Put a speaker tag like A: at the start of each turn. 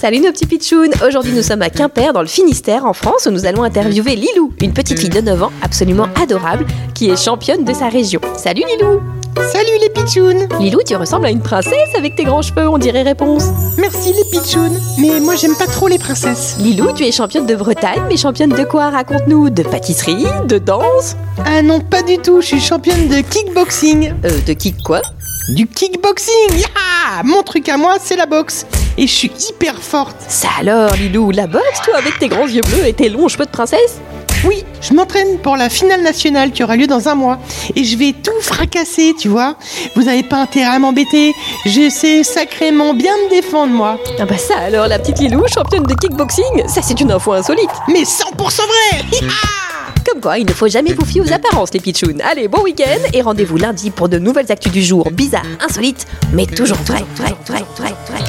A: Salut nos petits pitchouns Aujourd'hui nous sommes à Quimper dans le Finistère en France où nous allons interviewer Lilou, une petite fille de 9 ans absolument adorable qui est championne de sa région. Salut Lilou
B: Salut les pitchouns
A: Lilou tu ressembles à une princesse avec tes grands cheveux on dirait réponse.
B: Merci les pitchouns Mais moi j'aime pas trop les princesses.
A: Lilou tu es championne de Bretagne mais championne de quoi raconte-nous De pâtisserie De danse
B: Ah non pas du tout, je suis championne de kickboxing.
A: Euh, De qui quoi
B: Du kickboxing yeah Mon truc à moi c'est la boxe. Et je suis hyper forte.
A: Ça alors Lilou, la boxe toi avec tes grands yeux bleus et tes longs cheveux de princesse
B: Oui, je m'entraîne pour la finale nationale qui aura lieu dans un mois. Et je vais tout fracasser, tu vois. Vous n'avez pas intérêt à m'embêter. Je sais sacrément bien me défendre moi.
A: Ah bah ça alors la petite Lilou championne de kickboxing Ça c'est une info insolite
B: Mais 100% vrai
A: Comme quoi, il ne faut jamais vous fier aux apparences, les pitchouns. Allez, bon week-end et rendez-vous lundi pour de nouvelles actus du jour, bizarres, insolites, mais toujours vraies, vraies, vraies, vraies, vraies.